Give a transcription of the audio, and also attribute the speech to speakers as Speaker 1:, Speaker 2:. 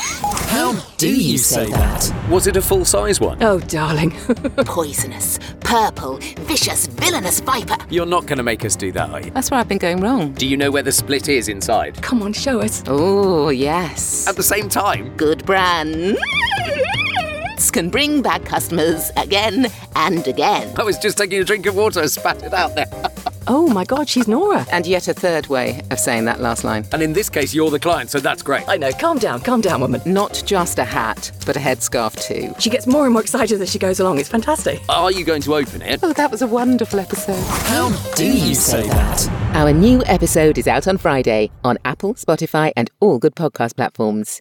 Speaker 1: How do you say that?
Speaker 2: Was it a full size one?
Speaker 3: Oh, darling.
Speaker 4: Poisonous, purple, vicious, villainous viper.
Speaker 2: You're not going to make us do that, are you?
Speaker 3: That's where I've been going wrong.
Speaker 2: Do you know where the split is inside?
Speaker 3: Come on, show us.
Speaker 4: Oh, yes.
Speaker 2: At the same time?
Speaker 4: Good brands can bring back customers again and again.
Speaker 2: I was just taking a drink of water, I spat it out there.
Speaker 3: Oh my god, she's Nora.
Speaker 5: And yet a third way of saying that last line.
Speaker 2: and in this case, you're the client, so that's great.
Speaker 3: I know, calm down, calm down, woman.
Speaker 5: Not just a hat, but a headscarf too.
Speaker 3: She gets more and more excited as she goes along. It's fantastic.
Speaker 2: Are you going to open it?
Speaker 5: Oh, that was a wonderful episode.
Speaker 1: How do you say that?
Speaker 5: Our new episode is out on Friday on Apple, Spotify, and all good podcast platforms.